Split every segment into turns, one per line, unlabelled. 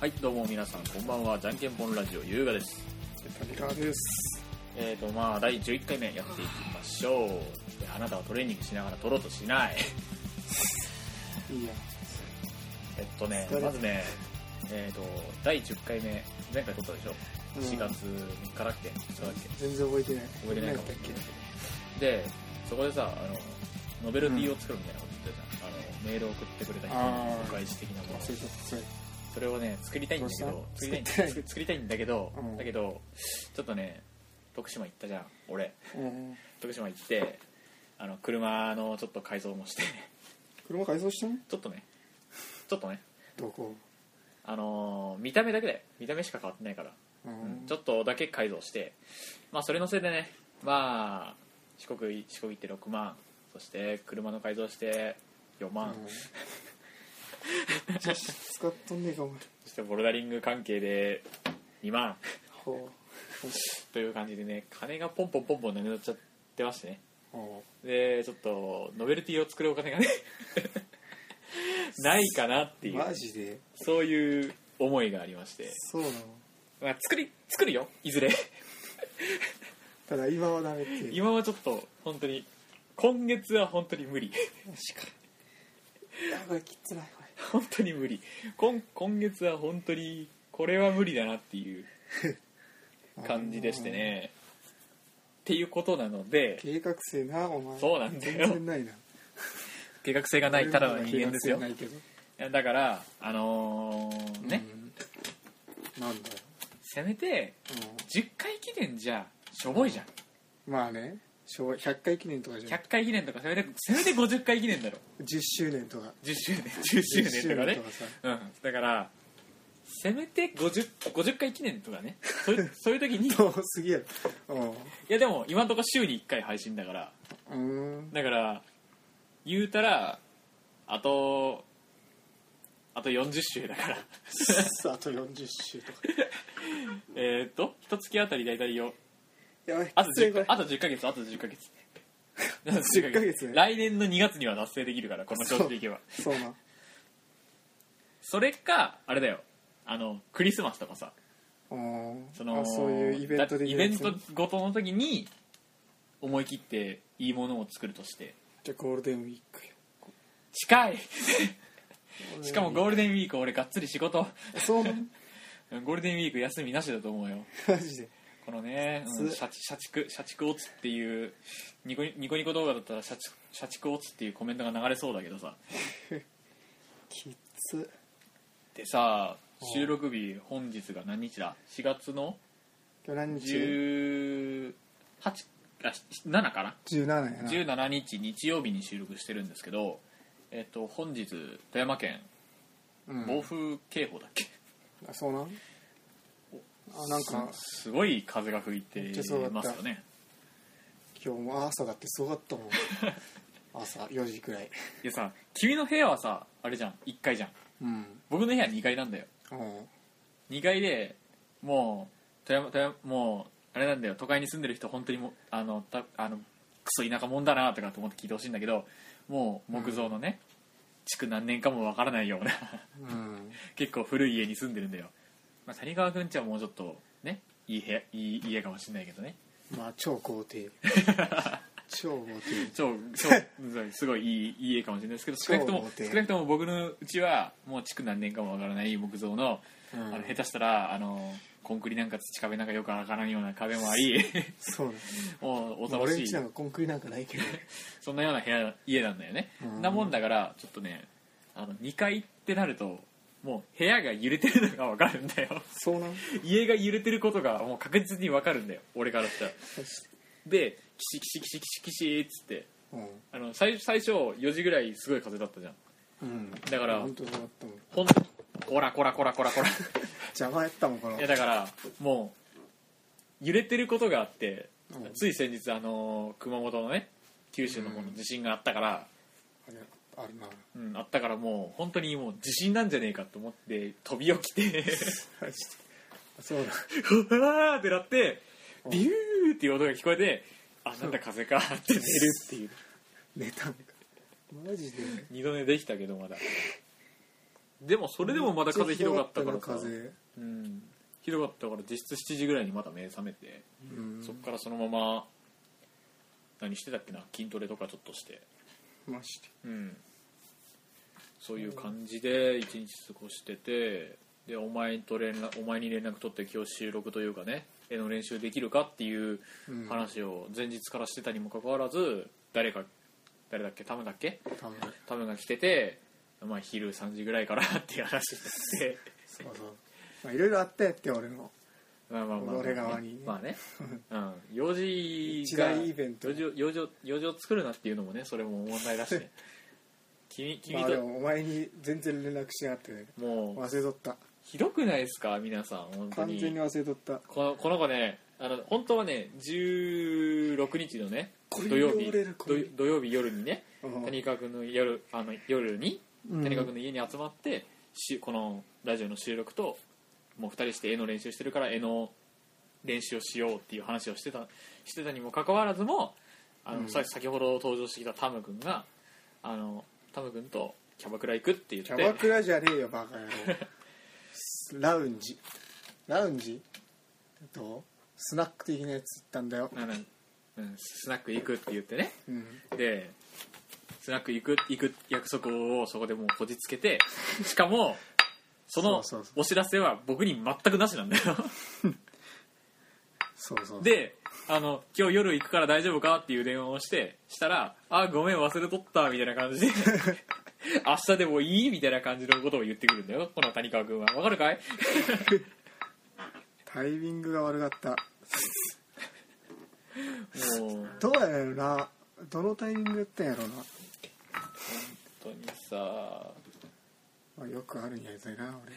はい、どうも皆さん、こんばんは。じゃんけんぽんラジオ、優雅です。
谷川です。
えーと、まあ、第11回目やっていきましょう。であなたはトレーニングしながら撮ろうとしない。
いや、
えっとね
疲れ、た
まずね、えーと、第10回目、前回撮ったでしょ。
うん
4月3日だっけ ?4 だっ
全然覚えてない。
覚えてないかも
何やったっ
けで、そこでさ、あの、ノベルティを作るみたいなこと言ってたじゃん。あの、メールを送ってくれた人のお返し的なもの。
け忘れた。そうや
それをね作りたいんだけど
どうし
作
た
りたい
作りたい
作りたいんだけど、
うん
だけどちょっとね徳島行ったじゃん俺
うん。
徳島行ってあの車のちょっと改造もして
車改造したの
ちょっとねちょっとね
どこ
あのー見た目だけだよ見た目しか変わってないから、
う
ちょっとだけ改造してまあそれのせいでねまあ四国い四国行って6万そして車の改造して4
う
万、
ん。女子使っとんねえか、お前。
そしてボルダリング関係で2万
ほう。よし
という感じでね金がポンポンポンポンなくなっちゃってましてね
ほ
でちょっとノベルティを作るお金がね ないかなって
う。
いう
マジで
そういう思いがありまして、
そうなの
まあ、作り作るよいずれ
ただ今はダメっていう。
今はちょっと本当に今月は本当に無理
しか。いや、これきつない、こ
本当に無理今今月は本当にこれは無理だなっていう
れ。
感じでしてねっていうことなので
あー。計画性な、お前。
そうなんだよ
全然ないな。
計画性がないただの人間ですよ
計画性ないけど。
いやだからあのーね、
うん。なんだよ。
せめて
うん。
10回記念じゃしょぼいじゃん
まあね昭和100回記念とかじゃな
100回記念とかせめてせめて50回記念だろ
い10周年とか
10周年10周 年とか
10
ね
とかさ
うんだからせめて 50, 50回記念とかねそう いうそういう時にい
遠すぎやろ
やでも今んとこ週に1回配信だから
うんうーん
だから言うたらあとあと40週だ から
あと40周とか
えーっと一月あたり大体よ
やばい
あと
きついこ
10,
れ
あと10ヶ月あと10ヶ 月あと10
10ヶ月ね
来年の2月には達成できるからこの調子でいけば
そうな
それかあれだよあのクリスマスとかさ
うん
その
あそういうイベントで
だイベントごとの時に思い切っていいものを作るとして
じゃあゴールデンウィーク
近い
よ
しかもゴールデンウィーク俺がっつり仕事
そうなん
ゴールデンウィーク休みなしだと思うよ
マジで
このね、うん、
す
社社畜社畜オツっていうニコニニコニコ動画だったら社畜社畜オツっていうコメントが流れそうだけどさ
きつ
でさ
うん
収録日本日が何日だ4月の
今日何日
18あ7かな
17やな
17日日曜日に収録してるんですけど、えっと本日富山県
うん
暴風警報だっけ、
あそうなんあなんか
すすごい風が吹いて
めっちゃそうだった
ますよね
今日も朝だってすごか ったもん朝4時くらい
でさ君の部屋はさあれじゃん1階じゃん
うん
僕の部屋2階なんだよ
うん
2階でもう富山富山もうあれなんだよ都会に住んでる人本当にもうあのたあのクソ田舎もんだなとかと思って聞いてほしいんだけどもう木造のね、築何年かもわからないような
うん
結構古い家に住んでるんだよ、まあ、谷川くんちはもうちょっとねいい部屋いい家かもしれないけどね
まあ超豪 邸超豪邸
超超 うんすごいいいいい家かもしれないですけど少なくと
超
も
豪邸
少なくとも僕のうちはもう築何年かもわからない木造の,、
うん
あの下手したらあのコンクリなんか土壁なんかよくわからんような壁もあり
そうなんだ
もう恐ろ
俺
し
ん
い
ちなんかコンクリなんかないけど
そんなような部屋家なんだよね、
うん
なもんだからちょっとねあの2階ってなるともう部屋が揺れてるのがわかるんだよ
そうなん
家が揺れてることがもう確実にわかるんだよ俺からしたらでキシキシキシキシキシっつって
うん
あの最最初4時ぐらいすごい風だったじゃん
うん
だから
本当そうだったもん
ほんこらこらこらこらこらい
邪魔やったもんこの
やだからもう揺れてることがあって
うん
つい先日あのー熊本のね九州の方の地震があったから、
あれあれな
うんあったからもう本当にもう地震なんじゃねえかと思って飛び起き て
そうだ
うわーってなって
うん
ビューっていう音が聞こえてあなんだ風かって寝るって いう
寝たんかマジで
二度寝できたけどまだでもそれでもまだ風ひどかったから
め
さ
っちゃひどかっ
うんひどかったから実質7時ぐらいにまだ目覚めて、
たな風うん
そっからそのまま何してたっけな筋トレとかちょっとして
まして
うんそういう感じで一日過ごしててでお前と連絡お前に連絡取って今日収録というかね絵の練習できるかっていう
うん
話を前日からしてたにもかかわらず誰か誰だっけタムだっけ
多分
タムが来てて、まあ、昼3時ぐらいからっていう話になっ て
そうそうまあいろいろあったやって俺も
まあまあまあまあ、
俺側にね
まあ ね、うん、4時
一
が
大イベント
4時を4時を4時を作るなっていうのもねそれも問題だし ね君君
まあ
と、
でもお前に全然連絡しなかったね
もう
忘れとった
ひどくないですか皆さん本当
完
に
全に忘れとった
このこの子ねあの本当はね16日のね土曜日
これ汚れるこれ
土土曜日夜にね
うん
谷川君の夜あの夜に
うん
谷川君の家に集まって、しこのラジオの収録ともう2人して絵の練習してるから絵の練習をしようっていう話をしてたしてたにもかかわらずもあの、
うん
さ先ほど登場してきたタム君があのタム君とキャバクラ行くって言って
キャバクラじゃねえよバカ野郎ラウンジラウンジえっとスナック的なやつ行ったんだよ、
あのうん、スナック行くって言ってね
うん、
でスナック行く行く約束をそこでもうこじつけて しかもその
そうそうそ
お知らせは僕に全くなしなんだよ
そうそう
であの「今日夜行くから大丈夫か?」っていう電話をしてしたら「あごめん忘れとった」みたいな感じで 「明日でもいい?」みたいな感じのことを言ってくるんだよこの谷川君はわかるか い
タイミングが悪かった
もう本
どうやろうなどのタイミングやったんやろうな、
当にさ
まあ、よくあるんやつやな俺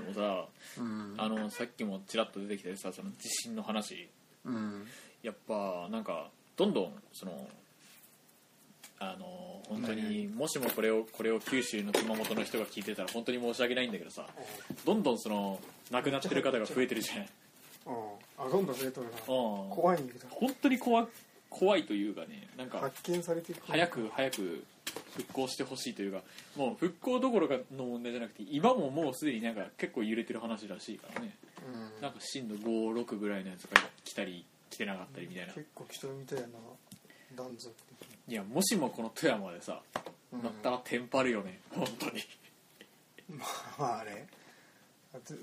でもさ
うん
あのさっきもちらっと出てきたさその地震の話
うん
やっぱなんかどんどんそのあの本当にもしもこれをこれを九州の熊本の人が聞いてたら本当に申し訳ないんだけどさどんどんその亡くなってる方が増えてるじゃない
うんあどんどん増えとるな
怖
怖いんだけど
本当に怖怖いというかねなんか
発見されてる
早く早く復興してほしいというかもう復興どころかの問題じゃなくて今ももうすでになんか結構揺れてる話らしいからね
うん
なんか震度56ぐらいのやつが来たり来てなかったりみたいな
結構来とるみたいやな断続的に
いやもしもこの富山でさ
うん
なったらテンパるよね本当に
まあまああれ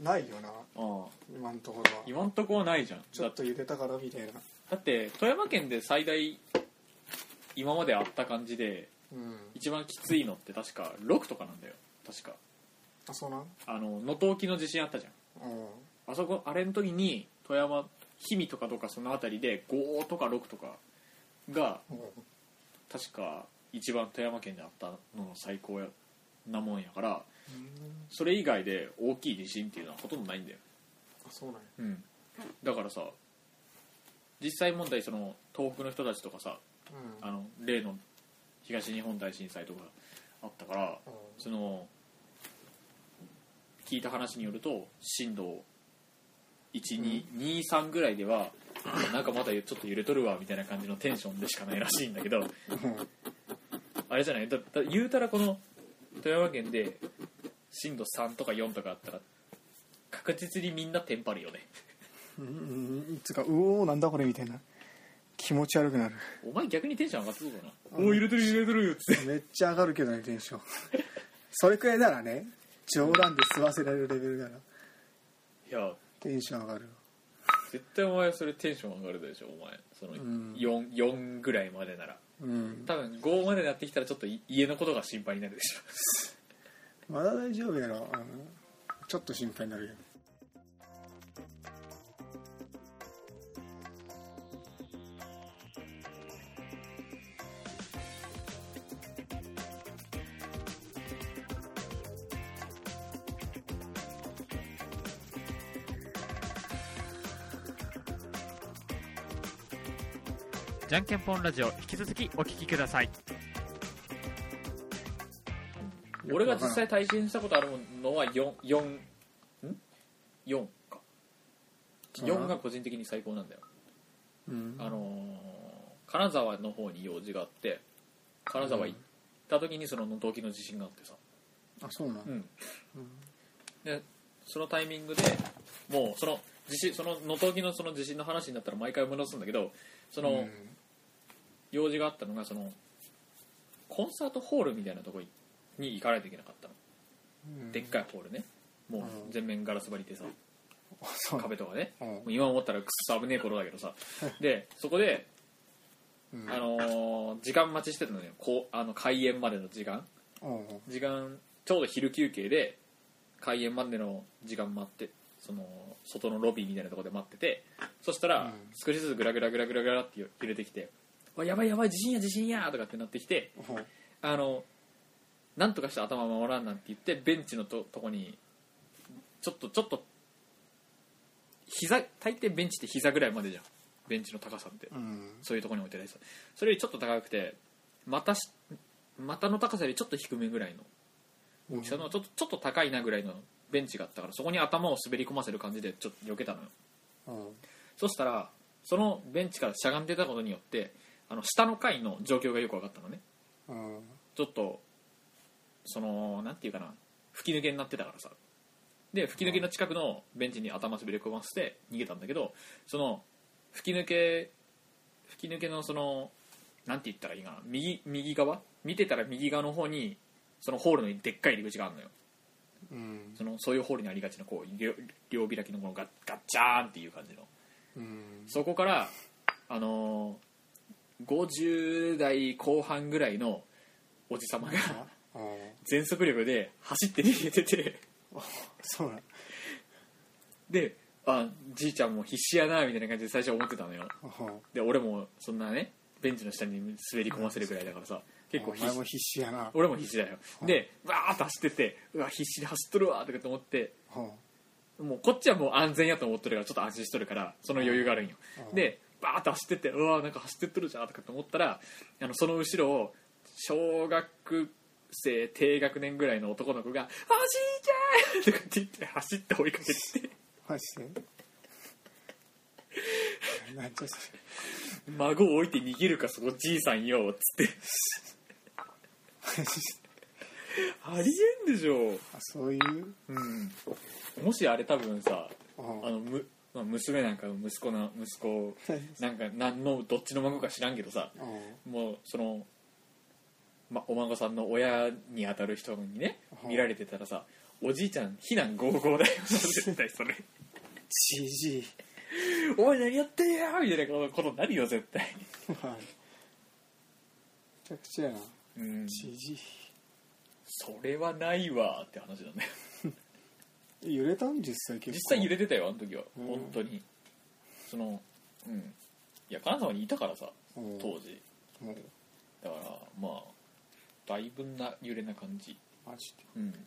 ないよな
うん
今のところは
今んとこはないじゃん
ちょっと揺れたからみたいな
だって富山県で最大今まであった感じで
うん
一番きついのって確か6とかなんだよ確か
あそうなん
あの能登沖の地震あったじゃん
うん
あそこあれの時に富山氷見とかとかその辺りで5とか6とかが確か一番富山県であったのの最高やなもんやからそれ以外で大きい地震っていうのはほとんどないんだよ、
あそうなんや
うん、だからさ実際問題その東北の人たちとかさ
うん
あの例の東日本大震災とかあったからその聞いた話によると震度1223ぐらいではなんかまだちょっと揺れとるわみたいな感じのテンションでしかないらしいんだけど
うん
あれじゃないだだ言うたらこの富山県で震度3とか4とかあったら確実にみんなテンパるよね
うんうんつうかうおーなんだこれみたいな気持ち悪くなる
お前逆にテンション上がってそうだな、
うん
おお揺れてる揺れてるっつって
めっちゃ上がるけどねテンションそれくらいならね冗談で吸わせられるレベルなら
いや
テンション上がる
絶対お前それテンション上がるでしょお前その
ん
4, 4ぐらいまでなら
うん
多分5までなってきたらちょっとい家のことが心配になるでしょ
まだ大丈夫やろ、うん、ちょっと心配になるよ
じゃんけんぽんラジオ引き続きお聞きください俺が実際対戦したことあるのは4 4ん4か4が個人的に最高なんだよ、
うん
あのー金沢の方に用事があって金沢行った時にその能登沖の地震があってさ
あそうなんだ、
うんでそのタイミングでもうその地震その能登沖のその地震の話になったら毎回思い出すんだけどその、
うん
用事があったのがそのコンサートホールみたいなとこに行かないといけなかったの、
うん
でっかいホールねもう
うん
全面ガラス張りでさ、
あ そう
壁とかね、
うん
もう今思ったらくっそ危ねえ頃だけど さでそこで、
うん
あのー時間待ちしてたのよこうあの開演までの時間
うんうん
時間ちょうど昼休憩で開演までの時間待ってその外のロビーみたいなところで待っててそしたら、
うん
少しずつグラグラグラグラグラって揺れてきて「わやばいやばい地震や地震や!」とかってなってきて
うん
あのなんとかして頭守らんなんて言ってベンチのととこにちょっとちょっと膝大抵ベンチって膝ぐらいまでじゃんベンチの高さって
うん
そういうとこに置いてないさそれよりちょっと高くて股し股の高さよりちょっと低めぐらいの
うん
そのちょっとちょっと高いなぐらいのベンチがあったからそこに頭を滑り込ませる感じでちょっと避けたのよ
うん
そしたらそのベンチからしゃがんでたことによってあの下の階の状況がよく分かったのね
うん
ちょっとそのなんていうかな吹き抜けになってたからさで吹き抜けの近くのベンチに頭滑り込ませて逃げたんだけどその吹き抜け吹き抜けのそのなんて言ったらいいかな右右側見てたら右側の方にそのホールのでっかい入り口があるのよ
うん
そのそういうホールにありがちなこう両両開きのこのガッガッチャーンっていう感じの
うん
そこからあのー50代後半ぐらいのおじさまが
うん
全速力で走って逃げてて
そうなん
であじいちゃんも必死やなみたいな感じで最初思ってたのよ
うん
で俺もそんなねベンチの下に滑り込ませるぐらいだからさ結構
お
必
前
死
も必死やな
俺も必死だよ
うん
でわーっと走っててうわ必死で走っとるわとかと思って
うん
もうこっちはもう安全やと思ってるからちょっと安心しとるからその余裕があるんよ
うん
でバーッと走ってってうわーなんか走ってっとるじゃんとかと思ったらあのその後ろを小学生低学年ぐらいの男の子が「おじいちゃん!」とかって言って走って追いかけてきて
マジでなんちゃそれ
「孫を置いて逃げるかそこじいさんよ」っつって
マジで
ありえんでしょ
あそういう
うんもしあれ多分さ
うん
あのむまあ娘なんか息子な息子なんか何のどっちの孫か知らんけどさ
うん
もうその、ま、お孫さんの親に当たる人にね
はい
見られてたらさおじいちゃん非難合々 だよ絶対それ
じじい
おい何やってんやみたいなことになるよ絶対
はいめちゃくちゃやな
うん
じじ
それはないわって話だね
い揺れたん実際結構
実際揺れてたよあの時は
うん
本当にそのうんいや金沢にいたからさ
うん
当時
うん
だからまあだいぶな揺れな感じ
マジで
うん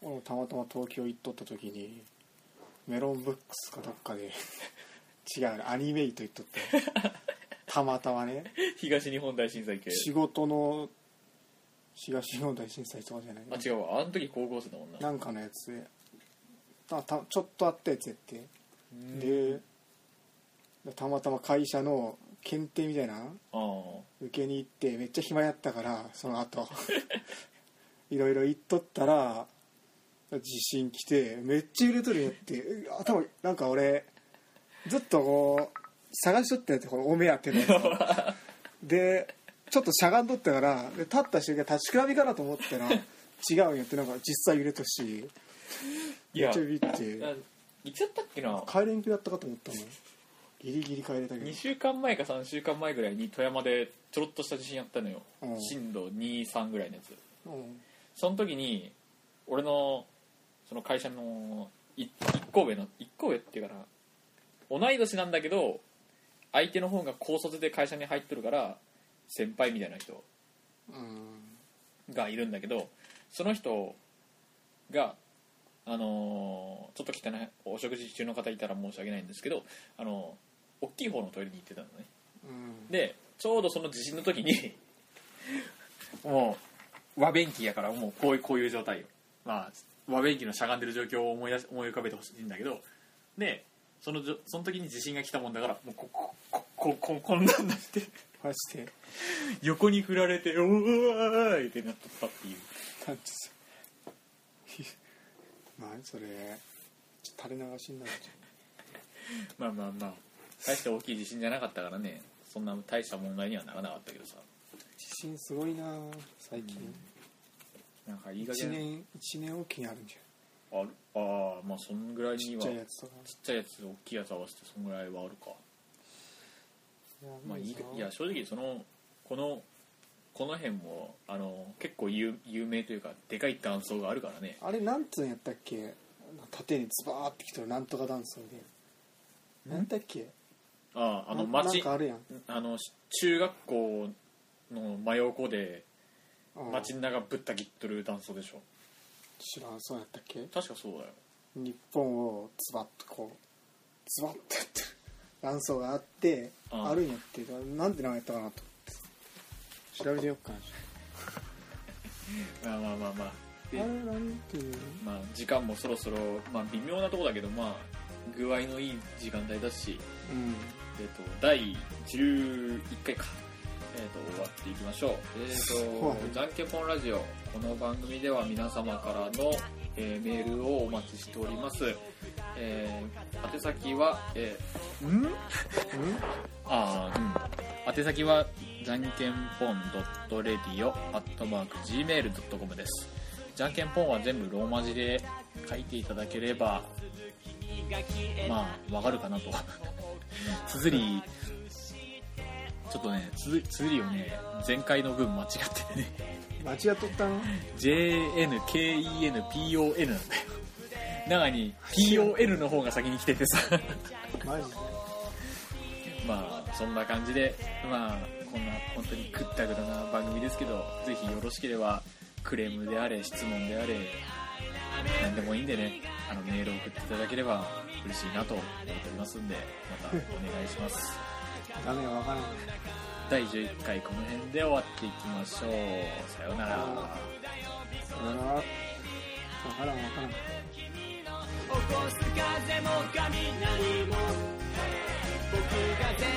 俺もたまたま東京行っとった時にメロンブックスかどっかで違うアニメイト行っとってたまたまね
東日本大震災系
仕事の東日本大震災とかじゃない
あ違うわあの時高校生だもんな
なんかのやつでたたちょっとあったやつやって、
うん
でたまたま会社の検定みたいなの
ああ
受けに行ってめっちゃ暇やったからその後 いろいろ行っとったら地震来てめっちゃ揺れとるんやってう頭なんか俺ずっとこう探しとったんやってこのお目当てのやつを でちょっとしゃがんどったからで立った瞬間立ちくらみかなと思ったら違うんやってなんか実際揺れたし
い
め
や
っちゃビビって
あいつやったっけな
帰れんくなったかと思ったのギリギリ帰れたけど
2週間前か3週間前ぐらいに富山でちょろっとした地震やったのよ、
うん
震度23ぐらいのやつ
うん
その時に俺のその会社のい一個上の一個上っていうかな同い年なんだけど相手の方が高卒で会社に入っとるから先輩みたいな人
うん
がいるんだけどその人が、あのーちょっと汚いお食事中の方いたら申し訳ないんですけど、あのー大きい方のトイレに行ってたのね
うん
でちょうどその地震の時に もう和便器やからもうこういうこういう状態よ、まあ、和便器のしゃがんでる状況を思い出し思い浮かべてほしいんだけどでそのじょその時に地震が来たもんだからもうここここここんなんなって
マジで
横に振られて「おーい!」ってなっとったっていう
なんてさ 何それちょっと垂れ流しになるじ
まあまあまあ大して大きい地震じゃなかったからねそんな大した問題にはならなかったけどさ
ゃん地震すごいな最近、
なんかいい加
一
減
1年一年おきにあるんじ
あるああまあそんぐらい
ゃんち
に
っ
は
ちゃい
ちっ
やつとか
ちゃいやつ大きいやつ合わせてそんぐらいはあるかまあいいかいや正直そのこのこの辺もあの結構有有名というかでかい断層があるからね
あれなんつうんやったっけ縦にズバーってきてるなんとか断層で
ん
なんだっけ
あああの
な
町
なんかあるやん
あのし中学校の真横で
ああ
街の中ぶった切っとる断層でしょ
知らんそうやったっけ
確かそうだよ
日本をズバッとこうズバッとやってる 断層があって
ああ
あるんやってなんで名前やったかなと思って調べてよっか
ま
な
あまあまあまあ
あ
で
れなんていうの
まあ時間もそろそろまあ微妙なとこだけどまあ具合のいい時間帯だし
うん
えっと第11回か、えっと終わっていきましょうえっ、
はい
と「じゃんけんぽんラジオ」この番組では皆様からの、えーメールをお待ちしております、えー宛先は、えーんあーうん宛先はじゃんけんぽん .radio.gmail.com ですじゃんけんぽんは全部ローマ字で書いていただければまあわかるかなと 綴りちょっとね綴り綴りをね前回の分間違っててね
うん間違っとったの
JNKENPON なんだよ中に PON の方が先に来ててさ
マジで
まあそんな感じでまあこんな本当にくったくたな番組ですけどぜひよろしければクレームであれ質問であれ何でもいいんでねあのメールを送っていただければ嬉しいなと思っておりますんでまたお願いします
画面わからん
第11回この辺で終わっていきましょうさようなら
さよならわからんわからん
起こす風も雷も僕が全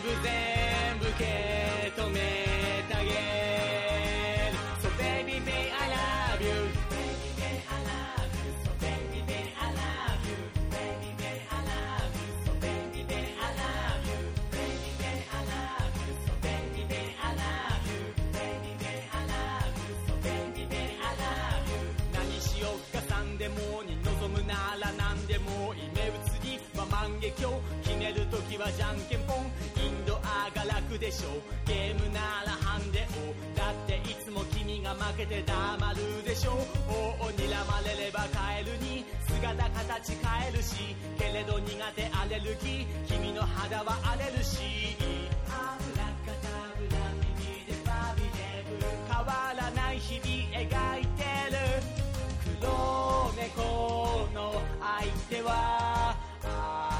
部全部受け止めてあげる So baby baby I love you「何しようかさんでも」に望むなら何でもいい目移りは万華鏡決めるときはじゃんけんぽんインドアが楽でしょうゲームならハンデをだっていつも君が負けて黙るでしょう王を睨まれればカエルに姿形変えるしけれど苦手アレルギー君の肌は荒れるし油かたぶら耳でバビレブ変わらない日々描いてる黒猫の相手は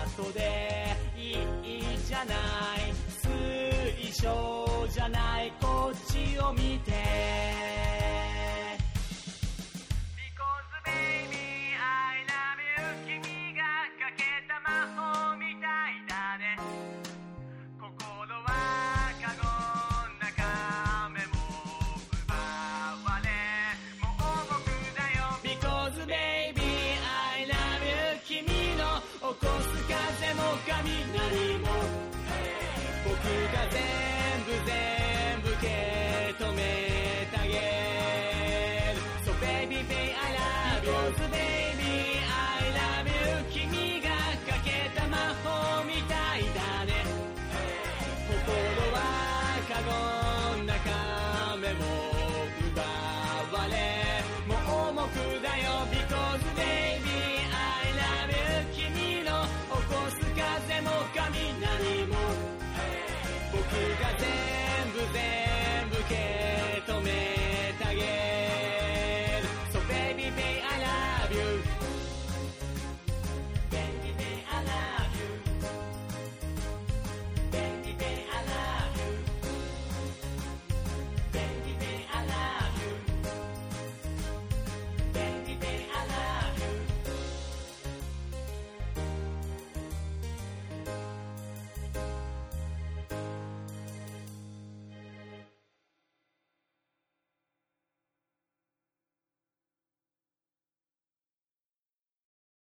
後でいいじゃない水晶じゃないこっちを見て Because baby I love you 君がかけた魔法みたいだね心はカゴの中目も奪われもう僕だよ Because baby I love you 君の起こす風も雷も僕が全